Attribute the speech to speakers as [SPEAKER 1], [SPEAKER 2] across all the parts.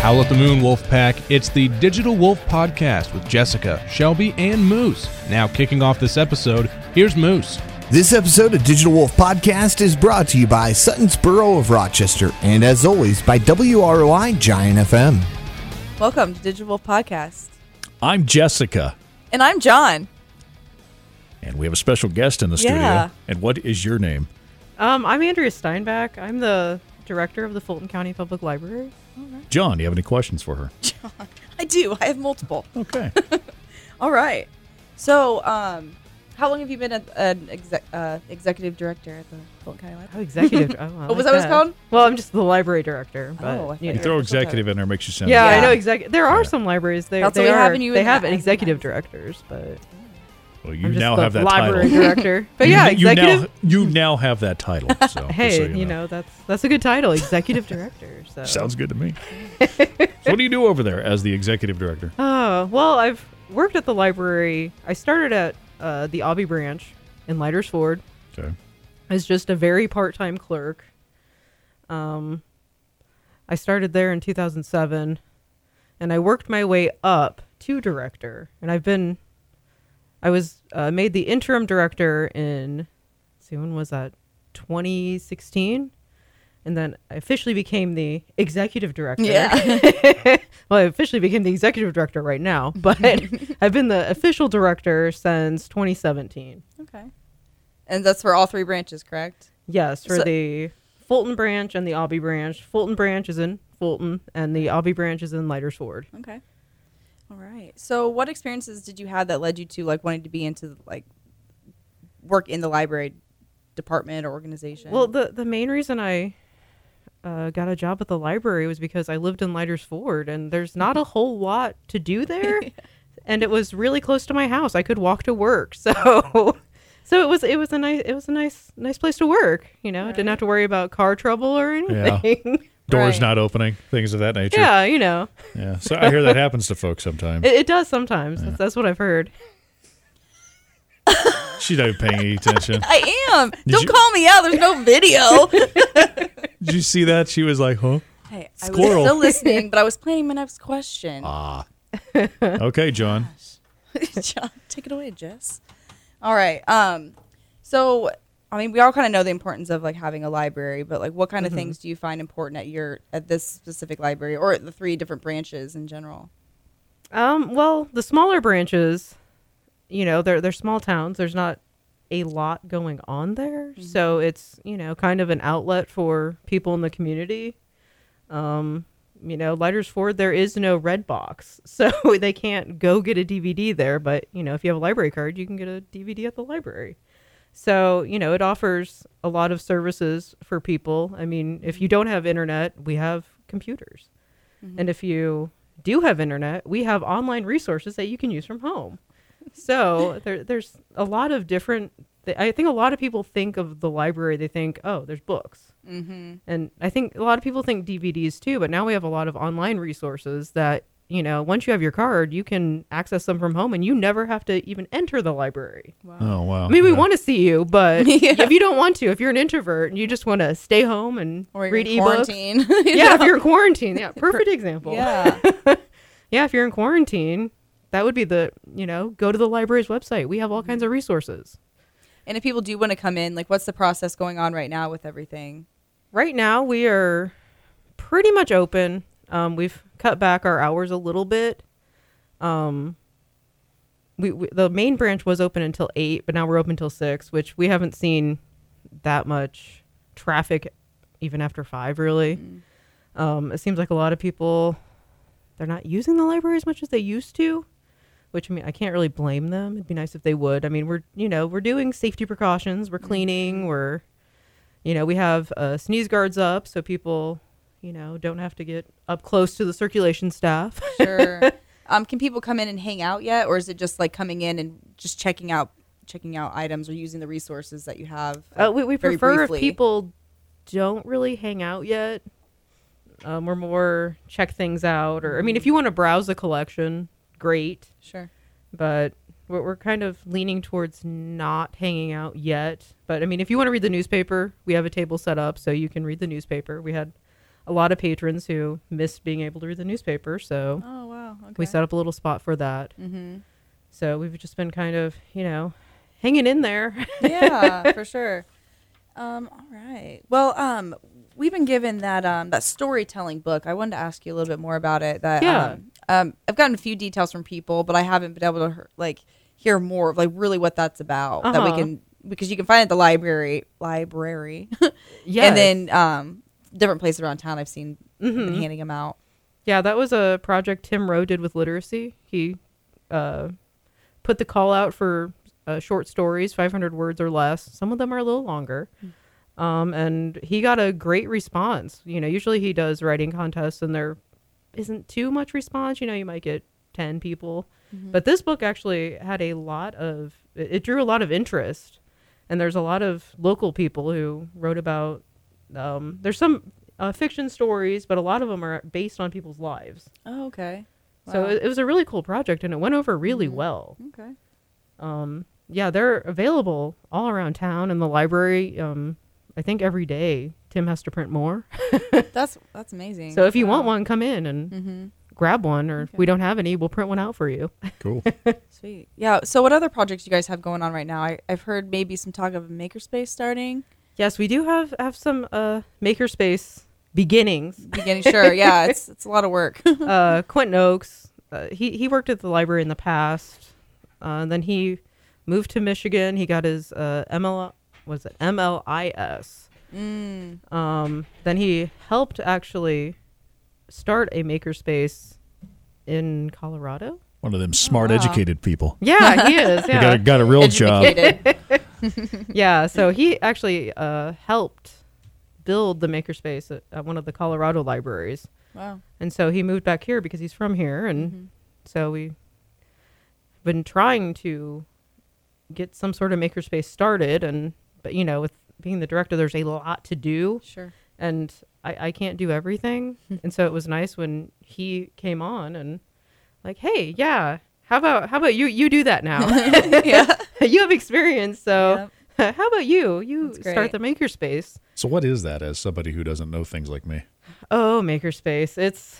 [SPEAKER 1] Howl at the Moon, Wolf Pack. It's the Digital Wolf Podcast with Jessica, Shelby, and Moose. Now, kicking off this episode, here's Moose.
[SPEAKER 2] This episode of Digital Wolf Podcast is brought to you by Sutton's Borough of Rochester and, as always, by WROI Giant FM.
[SPEAKER 3] Welcome to Digital Wolf Podcast.
[SPEAKER 4] I'm Jessica,
[SPEAKER 3] And I'm John.
[SPEAKER 4] and we have a special guest in the
[SPEAKER 3] Yeah.
[SPEAKER 4] studio. And what is your name?
[SPEAKER 5] Um, I'm Andrea Steinbach. I'm the director of the Fulton County Public Library.
[SPEAKER 4] John, do you have any questions for her?
[SPEAKER 3] I do. I have multiple.
[SPEAKER 4] Okay.
[SPEAKER 3] All right. So, um, how long have you been a, an exec, uh, executive director at the Fulton County Library?
[SPEAKER 5] Oh, executive. oh, I
[SPEAKER 3] What was
[SPEAKER 5] like
[SPEAKER 3] that was called?
[SPEAKER 5] Well, I'm just the library director. But,
[SPEAKER 3] Oh, I
[SPEAKER 5] you
[SPEAKER 3] thought
[SPEAKER 4] you
[SPEAKER 5] know.
[SPEAKER 4] throw executive in there, makes you sound.
[SPEAKER 5] yeah,
[SPEAKER 3] Yeah.
[SPEAKER 5] I know executive. There are
[SPEAKER 4] Yeah.
[SPEAKER 5] some libraries. They,
[SPEAKER 3] That's
[SPEAKER 5] they
[SPEAKER 3] what we
[SPEAKER 5] are.
[SPEAKER 3] have in you
[SPEAKER 5] they
[SPEAKER 3] in
[SPEAKER 5] have
[SPEAKER 3] that.
[SPEAKER 5] executive directors, but
[SPEAKER 4] Well, you
[SPEAKER 5] I'm just
[SPEAKER 4] now
[SPEAKER 5] the
[SPEAKER 4] have that
[SPEAKER 5] library
[SPEAKER 4] title.
[SPEAKER 5] director. But
[SPEAKER 4] You-
[SPEAKER 5] yeah,
[SPEAKER 4] you,
[SPEAKER 5] executive.
[SPEAKER 4] Now, you now have that title. So, just
[SPEAKER 5] hey,
[SPEAKER 4] so
[SPEAKER 5] you, know. that's that's a good title, executive director. So
[SPEAKER 4] sounds good to me. so what do you do over there as the executive director?
[SPEAKER 5] Oh, well, I've worked at the library. I started at uh, the Abbey branch in Lighters Ford.
[SPEAKER 4] Okay.
[SPEAKER 5] as just a very part-time clerk. Um, I started there in 2007, and I worked my way up to director. And I've been, I was uh, made the interim director in, let's see, when was that? 2016, and then I officially became the executive director.
[SPEAKER 3] Yeah.
[SPEAKER 5] well, I officially became the executive director right now, but I've been the official director since 2017.
[SPEAKER 3] okay. And that's for all three branches, correct?
[SPEAKER 5] Yes, for
[SPEAKER 3] So-
[SPEAKER 5] the Fulton branch and the Abbey branch. Fulton branch is in Fulton, and the Abbey branch is in Lighters Ford.
[SPEAKER 3] Okay. All right. So, what experiences did you have that led you to like wanting to be into like work in the library department or organization?
[SPEAKER 5] Well, the the main reason I uh, got a job at the library was because I lived in Lighters Ford, and there's not a whole lot to do there, and it was really close to my house. I could walk to work, so so it was it was a nice it was a nice nice place to work. You know, I didn't have to worry about car trouble or
[SPEAKER 4] Yeah.
[SPEAKER 5] anything. Yeah.
[SPEAKER 4] Doors
[SPEAKER 3] Right.
[SPEAKER 4] not opening, things of that nature.
[SPEAKER 5] you know,
[SPEAKER 4] Yeah. So I hear that happens to folks sometimes.
[SPEAKER 5] it, it does sometimes. That's, that's what I've heard.
[SPEAKER 4] She's not even paying any attention.
[SPEAKER 3] I am. Don't
[SPEAKER 4] you-
[SPEAKER 3] call me out. There's no video.
[SPEAKER 4] Did you see that? She was like, huh?
[SPEAKER 3] hey, I
[SPEAKER 4] Squirrel.
[SPEAKER 3] was still listening, but I was planning my next question.
[SPEAKER 4] Okay, John.
[SPEAKER 3] John, take it away, Jess. All right. Um, so I mean, we all kind of know the importance of like having a library, but like, what kind
[SPEAKER 5] Mm-hmm.
[SPEAKER 3] of things do you find important at your at this specific library or at the three different branches in general?
[SPEAKER 5] Um, well, the smaller branches, you know, they're they're small towns. There's not a lot going on there, so it's you know kind of an outlet for people in the community. Um, you know, Lighters Ford, there is no red box, so they can't go get a DVD there. But you know, if you have a library card, you can get a DVD at the library. So you know, it offers a lot of services for people. I mean, if you don't have internet, we have computers.
[SPEAKER 3] Mm-hmm.
[SPEAKER 5] And if you do have internet, we have online resources that you can use from home. So there, there's a lot of different. Th- I think a lot of people think of the library. They think, oh, there's books, mm-hmm. and I think a lot of people think DVDs too. But now we have a lot of online resources that you know. Once you have your card, you can access them from home, and you never have to even enter the library.
[SPEAKER 4] Oh, wow.
[SPEAKER 5] I mean, we
[SPEAKER 4] Yeah.
[SPEAKER 5] want to see you, but if you don't want to, if you're an introvert and you just want to stay home and
[SPEAKER 3] Or your
[SPEAKER 5] read ebooks,
[SPEAKER 3] quarantine?
[SPEAKER 5] yeah, if you're in quarantine, yeah, perfect example.
[SPEAKER 3] yeah.
[SPEAKER 5] Yeah, if you're in quarantine, that would be the, you know, go to the library's website. We have all kinds of resources.
[SPEAKER 3] And if people do want to come in, like, what's the process going on right now with everything?
[SPEAKER 5] Right now, we are pretty much open. Um, we've cut back our hours a little bit. Um, we, we the main branch was open until eight, but now we're open till six, which we haven't seen that much traffic even after five. Really, um, it seems like a lot of people they're not using the library as much as they used to. Which I mean, I can't really blame them. It'd be nice if they would. I mean, we're you know we're doing safety precautions. We're cleaning. We're you know, we have uh, sneeze guards up so people, you know, don't have to get up close to the circulation staff.
[SPEAKER 3] Sure. um, can people come in and hang out yet, or is it just like coming in and just checking out checking out items or using the resources that you have?
[SPEAKER 5] Uh, we we
[SPEAKER 3] very
[SPEAKER 5] prefer if
[SPEAKER 3] briefly?
[SPEAKER 5] people don't really hang out yet. Um, we're more check things out, or I mean, if you want to browse the collection, great.
[SPEAKER 3] Sure.
[SPEAKER 5] But we're, we're kind of leaning towards not hanging out yet. But I mean, if you want to read the newspaper, we have a table set up so you can read the newspaper. We had a lot of patrons who missed being able to read the newspaper. So
[SPEAKER 3] Oh wow. Okay.
[SPEAKER 5] we set up a little spot for that. Mm-hmm. So we've just been kind of, you know, hanging in there.
[SPEAKER 3] yeah, for sure. Um, all right. Well, um, we've been given that um, that storytelling book. I wanted to ask you a little bit more about it. That
[SPEAKER 5] Yeah.
[SPEAKER 3] um, um, I've gotten a few details from people, but I haven't been able to hear, like hear more of like really what that's about. That we
[SPEAKER 5] Uh-huh.
[SPEAKER 3] can because you can find it at the library library.
[SPEAKER 5] Yes.
[SPEAKER 3] And then um, different places around town I've seen been
[SPEAKER 5] Mm-hmm.
[SPEAKER 3] handing them out.
[SPEAKER 5] Yeah, that was a project Tim Rowe did with literacy. He uh, put the call out for uh, short stories, 500 words or less. Some of them are a little longer. Um, and he got a great response. You know, usually he does writing contests and there isn't too much response. You know, you might get 10 people. But this book actually had a lot of, it it drew a lot of interest. And there's a lot of local people who wrote about, um, there's some uh, fiction stories, but a lot of them are based on people's lives.
[SPEAKER 3] Oh, okay.
[SPEAKER 5] So
[SPEAKER 3] Wow. Mm-hmm.
[SPEAKER 5] it, it was a really cool project and it went over really well.
[SPEAKER 3] Okay.
[SPEAKER 5] Um, yeah, they're available all around town in the library. Um, I think every day Tim has to print more.
[SPEAKER 3] That's that's amazing.
[SPEAKER 5] So if you
[SPEAKER 3] Wow. Mm-hmm.
[SPEAKER 5] want one, come in and grab one, or if we don't have any, we'll print one out for you.
[SPEAKER 4] Cool.
[SPEAKER 3] Sweet. Yeah. So, what other projects you guys have going on right now? I, I've heard maybe some talk of a makerspace starting.
[SPEAKER 5] yes, we do have have some uh, makerspace beginnings.
[SPEAKER 3] Beginning, sure. Yeah, it's it's a lot of work.
[SPEAKER 5] uh, Quentin Oaks, uh, he he worked at the library in the past. Uh, then he moved to Michigan. He got his uh, ML was it MLIS. Um, then he helped actually start a makerspace in Colorado.
[SPEAKER 4] One of them smart, educated people.
[SPEAKER 5] Yeah, he is.
[SPEAKER 4] You got a,
[SPEAKER 5] Yeah,
[SPEAKER 4] got a real job.
[SPEAKER 3] Educated.
[SPEAKER 5] yeah. So he actually uh, helped build the makerspace at, at one of the Colorado libraries.
[SPEAKER 3] wow.
[SPEAKER 5] And so he moved back here because he's from here. And
[SPEAKER 3] Mm-hmm.
[SPEAKER 5] so we've been trying to get some sort of makerspace started. And, but you know, with being the director, there's a lot to do.
[SPEAKER 3] Sure.
[SPEAKER 5] And I, I can't do everything. and so it was nice when he came on and, like, hey, yeah. How about how about you you do that now?
[SPEAKER 3] Yeah.
[SPEAKER 5] you have experience, so how about you you
[SPEAKER 3] That's
[SPEAKER 5] start
[SPEAKER 3] great.
[SPEAKER 5] the makerspace?
[SPEAKER 4] So what is that as somebody who doesn't know things like me?
[SPEAKER 5] Oh, makerspace. It's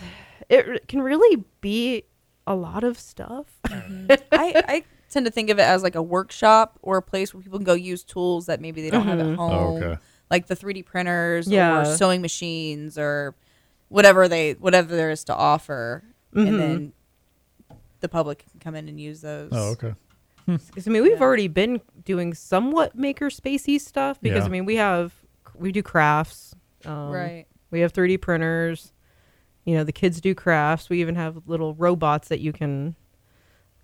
[SPEAKER 5] it r- can really be a lot of stuff.
[SPEAKER 3] I, I tend to think of it as like a workshop or a place where people can go use tools that maybe they don't have at home,
[SPEAKER 4] Oh, okay.
[SPEAKER 3] like the 3D printers
[SPEAKER 5] Yeah.
[SPEAKER 3] or sewing machines or whatever they whatever there is to offer, and then the public can come in and use those.
[SPEAKER 4] Oh, okay.
[SPEAKER 5] 'Cause, I mean, we've already been doing somewhat makerspacey stuff because
[SPEAKER 4] Yeah.
[SPEAKER 5] I mean, we have we do crafts. Um,
[SPEAKER 3] Right.
[SPEAKER 5] We have 3D printers. You know, the kids do crafts. We even have little robots that you can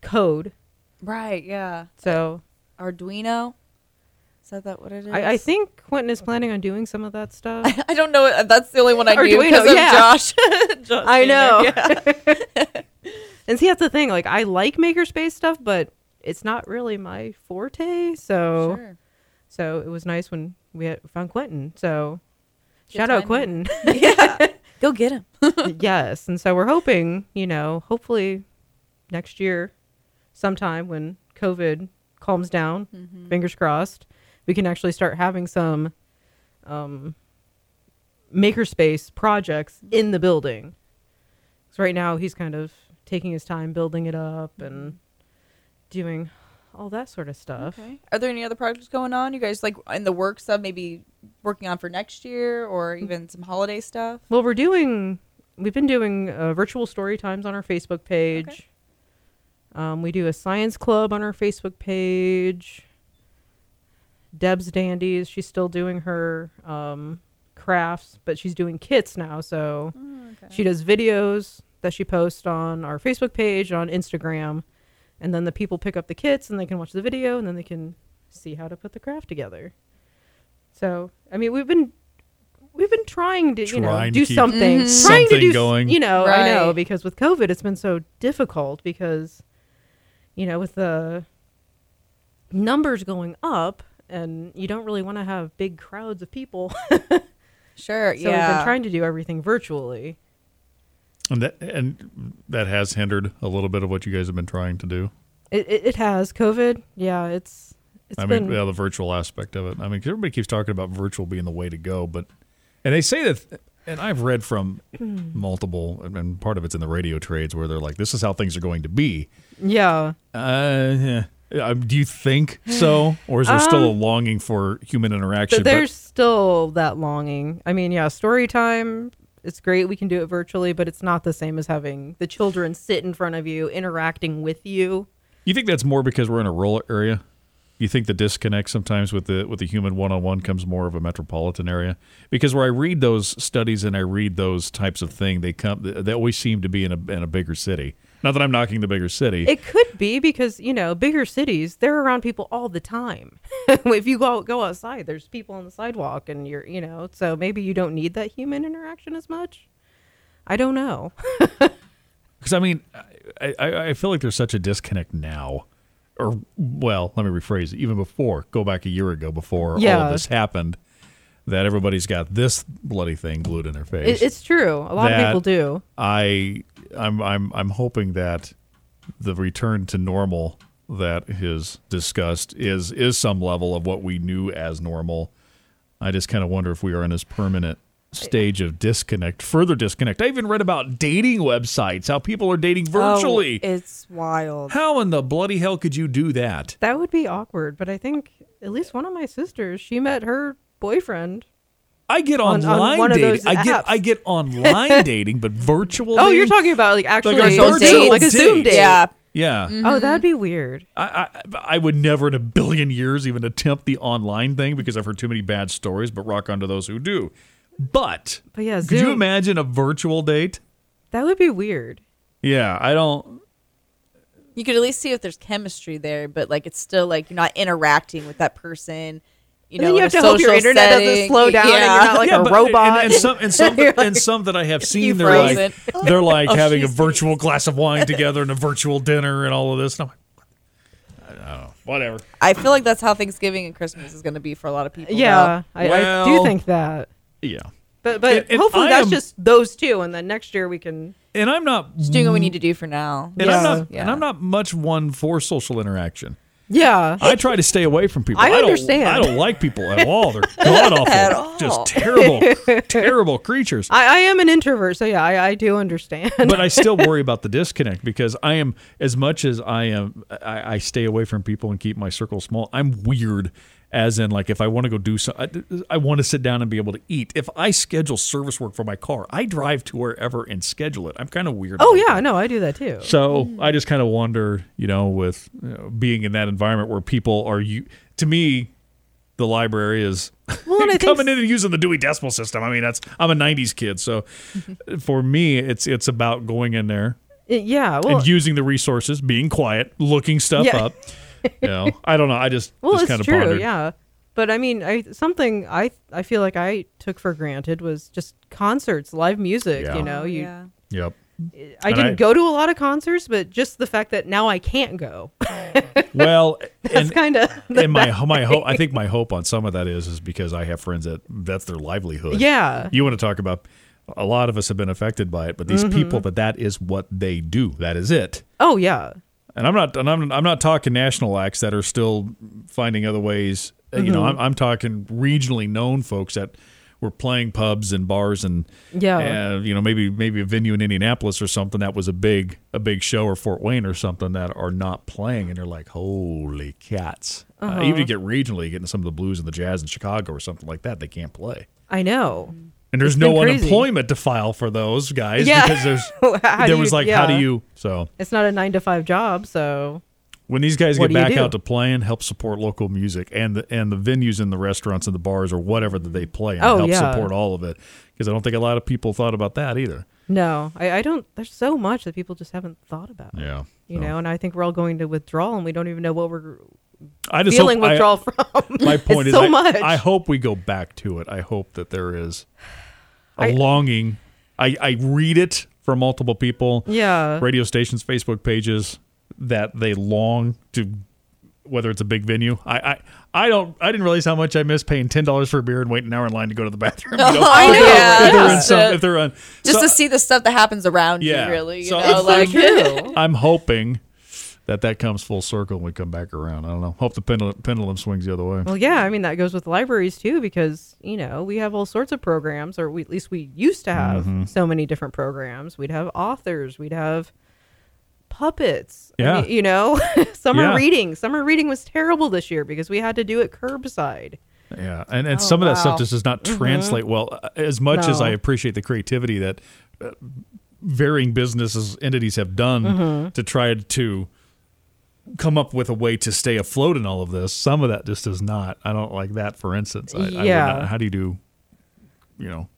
[SPEAKER 5] code.
[SPEAKER 3] Right. Yeah.
[SPEAKER 5] So
[SPEAKER 3] Arduino. Is that, that what it is?
[SPEAKER 5] I, I think Quentin is planning on doing some of that stuff.
[SPEAKER 3] I don't know. That's the only one I knew
[SPEAKER 5] Arduino,
[SPEAKER 3] because of
[SPEAKER 5] yeah.
[SPEAKER 3] Josh.
[SPEAKER 5] I know. and see, that's the thing. Like, I like makerspace stuff, but it's not really my forte. So,
[SPEAKER 3] Sure.
[SPEAKER 5] so it was nice when we had, found Quentin. So,
[SPEAKER 3] Good
[SPEAKER 5] shout out
[SPEAKER 3] timing.
[SPEAKER 5] Quentin.
[SPEAKER 3] Go get him.
[SPEAKER 5] yes, and so we're hoping, you know, hopefully next year, sometime when COVID calms down, fingers crossed, we can actually start having some um, makerspace projects in the building. Because right now he's kind of taking his time building it up and doing all that sort of stuff.
[SPEAKER 3] Okay. Are there any other projects going on? You guys like in the works of maybe working on for next year or even some holiday stuff?
[SPEAKER 5] Well, we're doing. We've been doing uh, virtual story times on our Facebook page. Um, we do a science club on our Facebook page. Deb's Dandies. She's still doing her um, crafts, but she's doing kits now. So she does videos that she posts on our Facebook page, on Instagram, and then the people pick up the kits and they can watch the video and then they can see how to put the craft together. So I mean, we've been we've been trying to you know
[SPEAKER 4] Trying to
[SPEAKER 5] do
[SPEAKER 4] keep
[SPEAKER 5] something, trying to
[SPEAKER 4] something
[SPEAKER 5] do s-
[SPEAKER 4] going.
[SPEAKER 5] You know, I know
[SPEAKER 3] Right.
[SPEAKER 5] because with COVID, it's been so difficult because you know with the numbers going up and you don't really want to have big crowds of people. so
[SPEAKER 3] Sure.
[SPEAKER 5] we've been trying to do everything virtually.
[SPEAKER 4] And that and that has hindered a little bit of what you guys have been trying to do.
[SPEAKER 5] It, it, it has COVID. Yeah, it's it's
[SPEAKER 4] I
[SPEAKER 5] been
[SPEAKER 4] mean, yeah, the virtual aspect of it. I mean, 'cause everybody keeps talking about virtual being the way to go, but and they say that and I've read from
[SPEAKER 5] Hmm.
[SPEAKER 4] multiple, and- and part of it's in the radio trades where they're like, "This is how things are going to be."
[SPEAKER 5] Yeah.
[SPEAKER 4] Uh, yeah. Uh, do you think so, or is there still a longing for human
[SPEAKER 5] So
[SPEAKER 4] interaction? But-
[SPEAKER 5] Um, there's still that longing. I mean, yeah, story time. It's great. We can do it virtually, but it's not the same as having the children sit in front of you, interacting with you.
[SPEAKER 4] you think that's more because we're in a rural area? You think the disconnect sometimes with the with the human one on one comes more of a metropolitan area? Because where I read those studies and I read those types of thing, they come they always seem to be in a in a bigger city. Not that I'm knocking the bigger city.
[SPEAKER 5] It could be because you know bigger cities, they're around people all the time. if you go go outside, there's people on the sidewalk, and you're you know, so maybe you don't need that human interaction as much. I don't know.
[SPEAKER 4] Because I mean, I, I, I feel like there's such a disconnect now, or well, let me rephrase it. Even before, go back a year ago, before all
[SPEAKER 5] Yeah.
[SPEAKER 4] of this happened, that everybody's got this bloody thing glued in their face.
[SPEAKER 5] It, it's true. A lot
[SPEAKER 4] That-
[SPEAKER 5] of people do.
[SPEAKER 4] I I'm I'm I'm hoping that the return to normal that is discussed is is some level of what we knew as normal. I just kind of wonder if we are in this permanent stage of disconnect, further disconnect. I even read about dating websites, how people are dating virtually.
[SPEAKER 3] Oh, it's wild.
[SPEAKER 4] How in the bloody hell could you do that?
[SPEAKER 5] That would be awkward, but I think at least one of my sisters, she met her boyfriend.
[SPEAKER 4] I get
[SPEAKER 5] On- on
[SPEAKER 4] online
[SPEAKER 5] one of
[SPEAKER 4] dating.
[SPEAKER 5] those
[SPEAKER 4] I get
[SPEAKER 5] apps.
[SPEAKER 4] I get online dating, but virtual.
[SPEAKER 5] Oh, you're
[SPEAKER 4] dating?
[SPEAKER 5] talking about like actually
[SPEAKER 4] a
[SPEAKER 5] a
[SPEAKER 4] virtual
[SPEAKER 5] date, like a Zoom
[SPEAKER 4] date.
[SPEAKER 5] date.
[SPEAKER 3] Yeah.
[SPEAKER 4] Yeah,
[SPEAKER 5] Oh, that'd be weird.
[SPEAKER 4] I, I I would never in a billion years even attempt the online thing because I've heard too many bad stories. But rock on to those who do. But
[SPEAKER 5] But yeah,
[SPEAKER 4] could you
[SPEAKER 5] Zoom-
[SPEAKER 4] imagine a virtual date?
[SPEAKER 5] That would be weird.
[SPEAKER 4] Yeah, I don't.
[SPEAKER 3] You could at least see if there's chemistry there, but like it's still like you're not interacting with that person. You
[SPEAKER 5] And
[SPEAKER 3] know,
[SPEAKER 5] then you
[SPEAKER 3] in
[SPEAKER 5] have
[SPEAKER 3] a
[SPEAKER 5] to hope your
[SPEAKER 3] social
[SPEAKER 5] internet doesn't
[SPEAKER 3] setting.
[SPEAKER 5] slow down and you're
[SPEAKER 3] Yeah.
[SPEAKER 5] not like
[SPEAKER 4] yeah,
[SPEAKER 5] a
[SPEAKER 4] but-
[SPEAKER 5] robot.
[SPEAKER 4] And, and some and some that, and some that I have seen, they're like they're like
[SPEAKER 5] Oh,
[SPEAKER 4] having a virtual glass of wine together and a virtual dinner and all of this. And I'm like, I don't know, whatever.
[SPEAKER 3] I feel like that's how Thanksgiving and Christmas is going to be for a lot of people.
[SPEAKER 5] yeah, I, I
[SPEAKER 4] Well-
[SPEAKER 5] do think that.
[SPEAKER 4] Yeah.
[SPEAKER 5] But but
[SPEAKER 4] And- and
[SPEAKER 5] hopefully
[SPEAKER 4] I
[SPEAKER 5] that's
[SPEAKER 4] am-
[SPEAKER 5] just those two, and then next year we can.
[SPEAKER 4] and I'm not
[SPEAKER 3] Just doing what we need to do for now.
[SPEAKER 4] and I'm not
[SPEAKER 3] Yeah.
[SPEAKER 4] and I'm not much one for social interaction.
[SPEAKER 5] Yeah,
[SPEAKER 4] I try to stay away from people.
[SPEAKER 5] I
[SPEAKER 4] don't,
[SPEAKER 5] understand.
[SPEAKER 4] I don't like people at all. They're god awful.
[SPEAKER 3] At all.
[SPEAKER 4] Just terrible, terrible creatures.
[SPEAKER 5] I, I am an introvert, so yeah, I, I do understand.
[SPEAKER 4] But I still worry about the disconnect because I am as much as I am I, I stay away from people and keep my circle small. I'm weird as in like if I want to go do so I, I want to sit down and be able to eat. If I schedule service work for my car, I drive to wherever and schedule it. I'm kind of weird.
[SPEAKER 5] oh
[SPEAKER 4] like that.
[SPEAKER 5] yeah, no, I do that too.
[SPEAKER 4] So
[SPEAKER 5] Mm-hmm.
[SPEAKER 4] I just kind of wonder, you know, with you know, being in that environment where people are you to me, the library is
[SPEAKER 5] Well, and I think
[SPEAKER 4] coming in and using the Dewey Decimal System. I mean, that's I'm a '90s kid, so
[SPEAKER 5] Mm-hmm.
[SPEAKER 4] for me, it's it's about going in there
[SPEAKER 5] Yeah, well,
[SPEAKER 4] and using the resources, being quiet, looking stuff
[SPEAKER 5] Yeah.
[SPEAKER 4] up. You know, I don't know. I just
[SPEAKER 5] well,
[SPEAKER 4] just
[SPEAKER 5] it's
[SPEAKER 4] kind of
[SPEAKER 5] true,
[SPEAKER 4] pondered.
[SPEAKER 5] yeah. But I mean, I something I I feel like I took for granted was just concerts, live music.
[SPEAKER 4] Yeah.
[SPEAKER 5] You know, you
[SPEAKER 4] Yep.
[SPEAKER 5] I
[SPEAKER 4] And
[SPEAKER 5] didn't
[SPEAKER 4] I-
[SPEAKER 5] go to a lot of concerts, but just the fact that now I can't go.
[SPEAKER 4] Well,
[SPEAKER 5] That's
[SPEAKER 4] and,
[SPEAKER 5] kind of
[SPEAKER 4] and my my hope I think my hope on some of that is is because I have friends that that's their livelihood.
[SPEAKER 5] yeah.
[SPEAKER 4] you want to talk about a lot of us have been affected by it but these people that that is what they do that is it
[SPEAKER 5] Oh yeah.
[SPEAKER 4] and i'm not and i'm, I'm not talking national acts that are still finding other ways Uh, you know I'm, I'm talking regionally known folks that were playing pubs and bars and
[SPEAKER 5] Yeah.
[SPEAKER 4] uh, you know maybe maybe a venue in indianapolis or something that was a big a big show or fort wayne or something that are not playing and they're like holy cats Uh, even you get regionally getting some of the blues and the jazz in chicago or something like that they can't play
[SPEAKER 5] I know.
[SPEAKER 4] and there's
[SPEAKER 5] It's
[SPEAKER 4] no
[SPEAKER 5] been crazy.
[SPEAKER 4] unemployment to file for those guys
[SPEAKER 5] Yeah.
[SPEAKER 4] because there's
[SPEAKER 5] How do
[SPEAKER 4] there
[SPEAKER 5] you-
[SPEAKER 4] was like how do
[SPEAKER 5] yeah.
[SPEAKER 4] you so
[SPEAKER 5] It's not a nine to five job, so
[SPEAKER 4] when these guys
[SPEAKER 5] What
[SPEAKER 4] get
[SPEAKER 5] do you
[SPEAKER 4] back
[SPEAKER 5] do?
[SPEAKER 4] out to playing help support local music and the and the venues and the restaurants and the bars or whatever that they play and
[SPEAKER 5] Oh,
[SPEAKER 4] help
[SPEAKER 5] yeah.
[SPEAKER 4] support all of it because I don't think a lot of people thought about that either
[SPEAKER 5] no. I, I don't there's so much that people just haven't thought about.
[SPEAKER 4] yeah
[SPEAKER 5] You
[SPEAKER 4] So,
[SPEAKER 5] know, and I think we're all going to withdrawal and we don't even know what we're
[SPEAKER 4] I just
[SPEAKER 5] feeling
[SPEAKER 4] hope, I-
[SPEAKER 5] withdrawal from.
[SPEAKER 4] my point
[SPEAKER 5] it's
[SPEAKER 4] is
[SPEAKER 5] so
[SPEAKER 4] I,
[SPEAKER 5] much.
[SPEAKER 4] I hope we go back to it I hope that there is a
[SPEAKER 5] I-
[SPEAKER 4] longing I I read it from multiple people
[SPEAKER 5] yeah.
[SPEAKER 4] radio stations, Facebook pages that they long to, whether it's a big venue. I, I, I don't. I didn't realize how much I miss paying ten dollars for a beer and waiting an hour in line to go to the bathroom. You know,
[SPEAKER 3] I know.
[SPEAKER 4] if they're in
[SPEAKER 3] Just
[SPEAKER 4] some,
[SPEAKER 3] to-
[SPEAKER 4] if they're on,
[SPEAKER 3] just
[SPEAKER 4] so
[SPEAKER 3] to see the stuff that happens around
[SPEAKER 4] Yeah.
[SPEAKER 3] you, really. You
[SPEAKER 4] So
[SPEAKER 3] know,
[SPEAKER 4] I'm-
[SPEAKER 3] like
[SPEAKER 5] True.
[SPEAKER 4] I'm hoping that that comes full circle when we come back around. I don't know. Hope the pendulum, pendulum swings the other way.
[SPEAKER 5] Well, yeah, I mean that goes with libraries too because you know we have all sorts of programs, or we, at least we used to have
[SPEAKER 4] Mm-hmm.
[SPEAKER 5] so many different programs. We'd have authors, we'd have puppets. I
[SPEAKER 4] Yeah.
[SPEAKER 5] mean, you know, summer
[SPEAKER 4] Yeah.
[SPEAKER 5] reading. Summer reading was terrible this year because we had to do it curbside.
[SPEAKER 4] Yeah, and and some of that stuff
[SPEAKER 3] wow.
[SPEAKER 4] just does not translate well. Uh, As much as
[SPEAKER 5] Oh, Mm-hmm. No.
[SPEAKER 4] I appreciate the creativity that uh, varying businesses entities have done
[SPEAKER 5] Mm-hmm.
[SPEAKER 4] to try to come up with a way to stay afloat in all of this, some of that just does not. I don't like that. For instance, I, I would
[SPEAKER 5] Yeah.
[SPEAKER 4] not- how do you do, you know,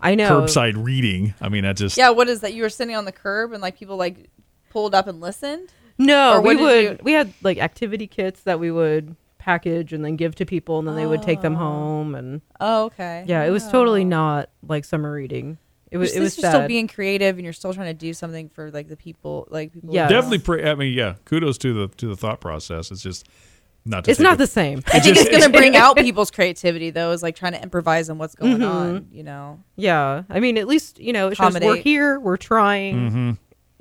[SPEAKER 5] I know.
[SPEAKER 4] curbside reading? I mean, that just
[SPEAKER 3] Yeah, what is that? You were sitting on the curb and like people like pulled up and listened.
[SPEAKER 5] No,
[SPEAKER 3] Or
[SPEAKER 5] we
[SPEAKER 3] what did
[SPEAKER 5] would. We had like activity kits that we would package and then give to people, and then they would take them home. And
[SPEAKER 3] Oh, okay.
[SPEAKER 5] yeah, it was totally not like summer reading. It was.
[SPEAKER 3] At
[SPEAKER 5] It was
[SPEAKER 3] least you're still
[SPEAKER 5] sad.
[SPEAKER 3] being creative and you're still trying to do something for like the people, like people. who
[SPEAKER 5] Yeah.
[SPEAKER 3] don't.
[SPEAKER 4] definitely. Pre- I mean, yeah, kudos to the to the thought process. It's just not. To
[SPEAKER 5] it's
[SPEAKER 4] take
[SPEAKER 5] not
[SPEAKER 4] it-
[SPEAKER 5] the same.
[SPEAKER 3] I think it's gonna bring out people's creativity though, is like trying to improvise on what's
[SPEAKER 5] Mm-hmm.
[SPEAKER 3] going on. You know.
[SPEAKER 5] Yeah, I mean, at least you know it shows we're
[SPEAKER 3] Accommodate.
[SPEAKER 5] here, we're trying.
[SPEAKER 4] Mm-hmm.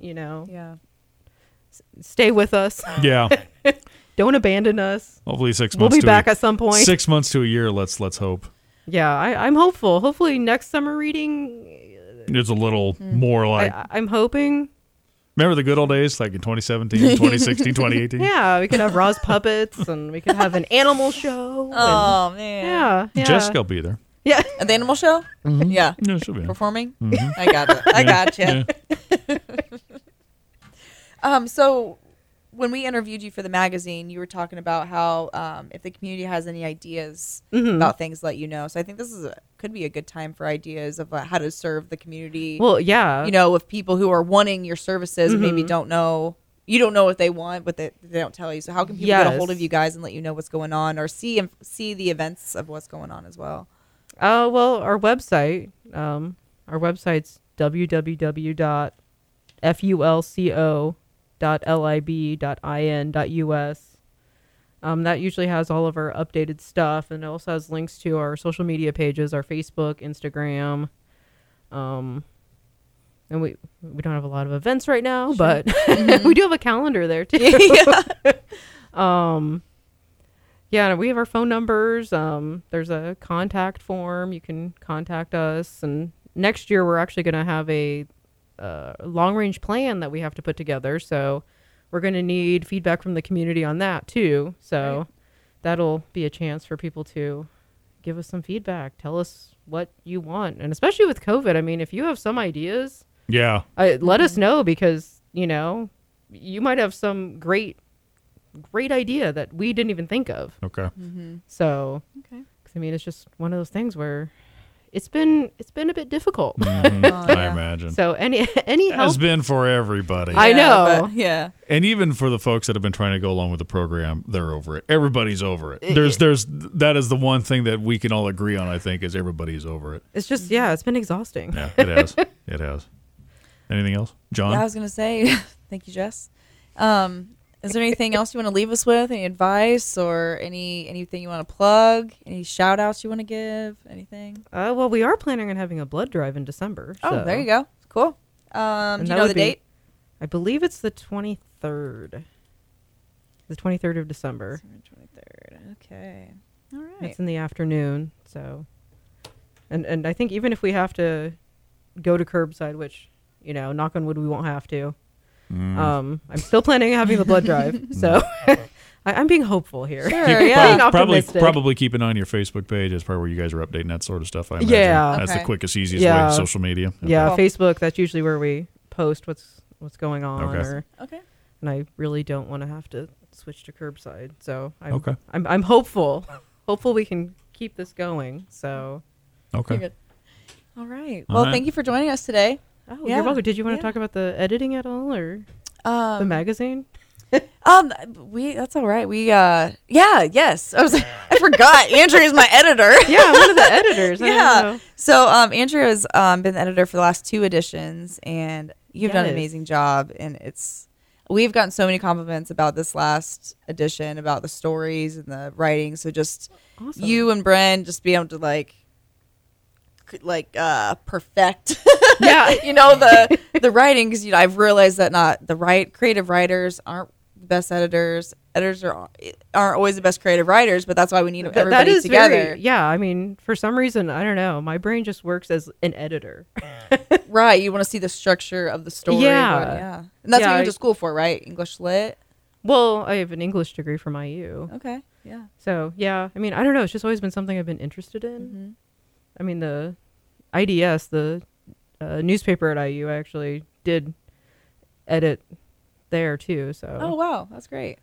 [SPEAKER 5] You know,
[SPEAKER 3] Yeah.
[SPEAKER 5] stay with us,
[SPEAKER 4] Yeah,
[SPEAKER 5] don't abandon us.
[SPEAKER 4] hopefully six
[SPEAKER 5] We'll
[SPEAKER 4] months.
[SPEAKER 5] be
[SPEAKER 4] to
[SPEAKER 5] back
[SPEAKER 4] a,
[SPEAKER 5] at some point.
[SPEAKER 4] Six months to a year. Let's let's hope.
[SPEAKER 5] Yeah, I, I'm hopeful. Hopefully, next summer reading,
[SPEAKER 4] It's a little more
[SPEAKER 5] Hmm. I,
[SPEAKER 4] like
[SPEAKER 5] I, I'm hoping.
[SPEAKER 4] Remember the good old days, like in 2017, 2016, 2018?
[SPEAKER 5] Yeah, we could have Roz puppets, and we could have an animal show. and-
[SPEAKER 3] Oh man.
[SPEAKER 5] yeah, yeah,
[SPEAKER 4] Jessica will be there.
[SPEAKER 5] Yeah,
[SPEAKER 3] At the animal show. Yeah.
[SPEAKER 4] No, she'll be there.
[SPEAKER 3] Performing. I got it. I got you.
[SPEAKER 4] Mm-hmm. Yeah.
[SPEAKER 3] Um, so when we interviewed you for the magazine, you were talking about how um, if the community has any ideas
[SPEAKER 5] Mm-hmm.
[SPEAKER 3] about things, let you know. So I think this is a, could be a good time for ideas of uh, how to serve the community.
[SPEAKER 5] well, uh, Mm-hmm. yeah,
[SPEAKER 3] you know, with people who are wanting your services and maybe don't know. You don't know what they want, but they, they don't tell you. So how can people get a hold
[SPEAKER 5] Yes.
[SPEAKER 3] of you guys and let you know what's going on, or see and see the events of what's going on as well?
[SPEAKER 5] Uh, well, our website, um, our website's www.fulco.lib.in.us. Um, that usually has all of our updated stuff, and it also has links to our social media pages, our Facebook, Instagram. Um, and we we don't have a lot of events right now, but
[SPEAKER 3] Mm-hmm.
[SPEAKER 5] we do have a calendar there too. Yeah, and we have our phone numbers. Um, there's a contact form. You can contact us. And next year, we're actually going to have a uh, long range plan that we have to put together. So we're going to need feedback from the community on that too. So that'll be a chance for people to give us some feedback. Tell us what you want. And especially with COVID, I mean, if you have some ideas,
[SPEAKER 4] Yeah.
[SPEAKER 5] uh, let us know because you know you might have some great great idea that we didn't even think of
[SPEAKER 4] Okay.
[SPEAKER 5] Mm-hmm. so
[SPEAKER 3] Okay.
[SPEAKER 5] 'cause, i mean it's just one of those things where it's been it's been a bit difficult
[SPEAKER 4] I imagine.
[SPEAKER 5] Oh, so any any help
[SPEAKER 4] Mm-hmm. Has been for everybody.
[SPEAKER 5] I know.
[SPEAKER 3] but- yeah.
[SPEAKER 4] and even for the folks that have been trying to go along with the program, they're over it. Everybody's over it. There's, there's, that is the one thing that we can all agree on, I think, is everybody's over it.
[SPEAKER 5] it's just yeah it's been exhausting
[SPEAKER 4] Yeah, it has. It has. Anything else? John?
[SPEAKER 3] Yeah, I was gonna say, thank you, Jess. Um, is there anything else you want to leave us with? Any advice or any anything you want to plug? Any shout outs you want to give? Anything?
[SPEAKER 5] uh, well we are planning on having a blood drive in december
[SPEAKER 3] Oh,
[SPEAKER 5] so
[SPEAKER 3] there you go. Cool. Um,
[SPEAKER 5] And
[SPEAKER 3] do
[SPEAKER 5] that
[SPEAKER 3] you know
[SPEAKER 5] would
[SPEAKER 3] the
[SPEAKER 5] be-
[SPEAKER 3] date?
[SPEAKER 5] i believe it's the 23rd the 23rd of december
[SPEAKER 3] Twenty third. Okay. All right.
[SPEAKER 5] It's in the afternoon, so and and I think even if we have to go to curbside, which you know, knock on wood, we won't have to.
[SPEAKER 4] Mm.
[SPEAKER 5] Um, I'm still planning on having the blood drive, so I, I'm being hopeful here.
[SPEAKER 3] Sure.
[SPEAKER 5] Being
[SPEAKER 3] Yeah.
[SPEAKER 4] Probably,
[SPEAKER 5] optimistic.
[SPEAKER 4] probably keep an eye on your Facebook page. That's probably where you guys are updating that sort of stuff. I imagine.
[SPEAKER 5] Yeah.
[SPEAKER 4] That's the
[SPEAKER 3] Okay.
[SPEAKER 4] quickest, easiest
[SPEAKER 5] Yeah.
[SPEAKER 4] way. Social media. Okay.
[SPEAKER 5] Yeah,
[SPEAKER 3] Cool.
[SPEAKER 5] Facebook. That's usually where we post what's what's going on.
[SPEAKER 4] Okay.
[SPEAKER 5] Or,
[SPEAKER 3] Okay.
[SPEAKER 5] and I really don't want to have to switch to curbside, so I'm,
[SPEAKER 4] Okay.
[SPEAKER 5] I'm I'm hopeful. Hopeful we can keep this going. So
[SPEAKER 4] Okay.
[SPEAKER 3] You're good. All right.
[SPEAKER 4] All
[SPEAKER 3] well,
[SPEAKER 4] right.
[SPEAKER 3] thank you for joining us today.
[SPEAKER 5] oh,
[SPEAKER 3] Yeah.
[SPEAKER 5] you're welcome. Did you want to
[SPEAKER 3] Yeah.
[SPEAKER 5] talk about the editing at all, or
[SPEAKER 3] Um,
[SPEAKER 5] the magazine?
[SPEAKER 3] Um, we that's all right. We uh, yeah, yes. I was I forgot. Andrea is my editor.
[SPEAKER 5] yeah, one of the editors. I don't
[SPEAKER 3] yeah.
[SPEAKER 5] know.
[SPEAKER 3] So um, Andrea has um, been the editor for the last two editions, and you've done an
[SPEAKER 5] Yes.
[SPEAKER 3] amazing job. And it's we've gotten so many compliments about this last edition, about the stories and the writing. So just
[SPEAKER 5] Awesome.
[SPEAKER 3] you and Bren just being able to like c- like uh perfect
[SPEAKER 5] Yeah.
[SPEAKER 3] you know the the writing because you know I've realized that not the right creative writers aren't the best editors. Editors are aren't always the best creative writers, but that's why we need
[SPEAKER 5] Th-
[SPEAKER 3] everybody together.
[SPEAKER 5] very yeah i mean for some reason i don't know my brain just works as an editor
[SPEAKER 3] Right. You want to see the structure of the story. but
[SPEAKER 5] Yeah.
[SPEAKER 3] yeah. And that's
[SPEAKER 5] Yeah,
[SPEAKER 3] what you went
[SPEAKER 5] I-
[SPEAKER 3] to school for, right? English lit.
[SPEAKER 5] well i have an english degree from iu
[SPEAKER 3] Okay. Yeah.
[SPEAKER 5] so yeah i mean i don't know it's just always been something i've been interested in
[SPEAKER 3] mm-hmm.
[SPEAKER 5] i mean the ids the uh, newspaper at iu I actually did edit there too so
[SPEAKER 3] Oh wow, that's great.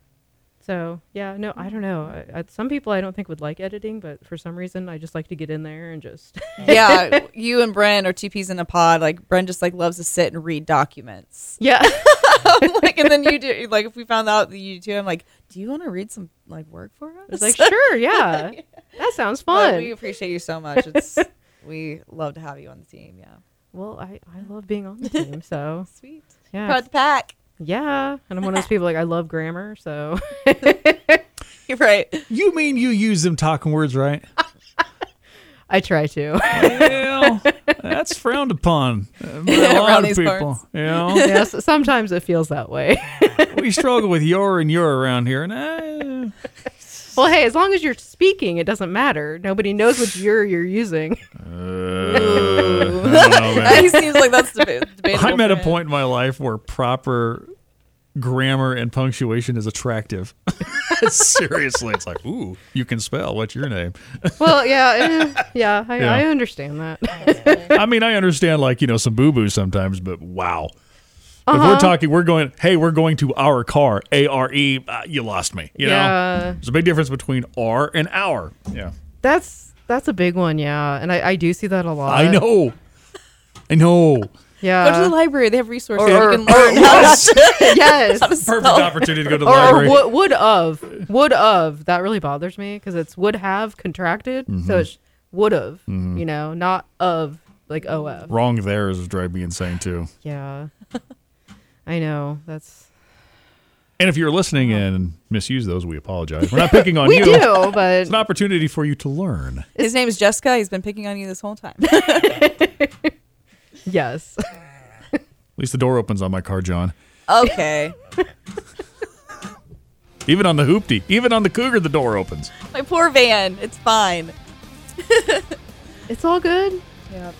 [SPEAKER 5] so yeah no i don't know I, I, some people i don't think would like editing but for some reason i just like to get in there and just
[SPEAKER 3] yeah, you and Bren are two peas in a pod. Like Bren just like loves to sit and read documents.
[SPEAKER 5] yeah
[SPEAKER 3] like and then you do like if we found out that you do, I'm like, do you want to read some like work for us?
[SPEAKER 5] it's like sure yeah that sounds
[SPEAKER 3] But
[SPEAKER 5] fun
[SPEAKER 3] we appreciate you so much. It's we love to have you on the team. Yeah.
[SPEAKER 5] Well, I, I love being on the team, so
[SPEAKER 3] Sweet.
[SPEAKER 5] yeah,
[SPEAKER 3] Proud of the pack.
[SPEAKER 5] yeah. And I'm one of those people like I love grammar, so
[SPEAKER 3] You're right.
[SPEAKER 4] You mean you use them talking words, right?
[SPEAKER 5] I try to.
[SPEAKER 4] well, that's frowned upon uh, by
[SPEAKER 3] Around
[SPEAKER 4] a lot of
[SPEAKER 3] these
[SPEAKER 4] people.
[SPEAKER 3] parts.
[SPEAKER 4] You know,
[SPEAKER 5] yes, sometimes it feels that way.
[SPEAKER 4] we struggle with your and your around here, and uh,
[SPEAKER 5] well, hey, as long as you're speaking, it doesn't matter. Nobody knows what you're you're using.
[SPEAKER 3] he seems like that's deba- debatable.
[SPEAKER 4] I'm at
[SPEAKER 3] for
[SPEAKER 4] a
[SPEAKER 3] him.
[SPEAKER 4] point in my life where proper grammar and punctuation is attractive. Seriously, it's like, ooh, you can spell. What's your name?
[SPEAKER 5] Well, yeah, eh, yeah, I,
[SPEAKER 4] Yeah.
[SPEAKER 5] I understand that.
[SPEAKER 4] I mean, I understand like you know some boo boo sometimes, but wow. If
[SPEAKER 5] Uh-huh.
[SPEAKER 4] we're talking, we're going. Hey, we're going to our car. A R E. Uh, you lost me. You know,
[SPEAKER 5] Yeah.
[SPEAKER 4] there's a big difference between R and our. Yeah,
[SPEAKER 5] That's that's a big one, yeah, and I, I do see that a lot.
[SPEAKER 4] I know. I know.
[SPEAKER 5] Yeah.
[SPEAKER 3] Go to the library. They have resources.
[SPEAKER 5] Uh, Or-
[SPEAKER 3] you can learn how to.
[SPEAKER 5] yes.
[SPEAKER 4] Perfect opportunity to go to the
[SPEAKER 5] or,
[SPEAKER 4] library.
[SPEAKER 5] or would, would of would of that really bothers me because it's would have contracted
[SPEAKER 4] Mm-hmm.
[SPEAKER 5] so it's would have you know not of like of
[SPEAKER 4] Wrong there is drive me insane too.
[SPEAKER 5] yeah i know that's
[SPEAKER 4] And if you're listening and misuse those, we apologize. We're not picking on
[SPEAKER 5] we
[SPEAKER 4] you.
[SPEAKER 5] do but
[SPEAKER 4] It's an opportunity for you to learn.
[SPEAKER 3] His name is Jessica. He's been picking on you this whole time.
[SPEAKER 5] yes
[SPEAKER 4] At least the door opens on my car, John.
[SPEAKER 3] okay.
[SPEAKER 4] Even on the hoopty, even on the cougar, the door opens.
[SPEAKER 3] My poor van. It's fine.
[SPEAKER 5] it's all good
[SPEAKER 3] Yep.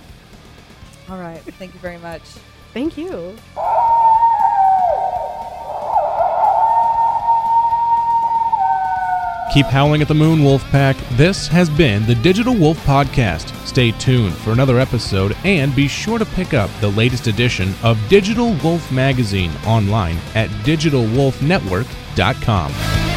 [SPEAKER 3] All right. Thank you very much.
[SPEAKER 5] thank you
[SPEAKER 1] Keep howling at the moon, Wolf Pack. This has been the Digital Wolf Podcast. Stay tuned for another episode and be sure to pick up the latest edition of Digital Wolf Magazine online at digitalwolfnetwork.com.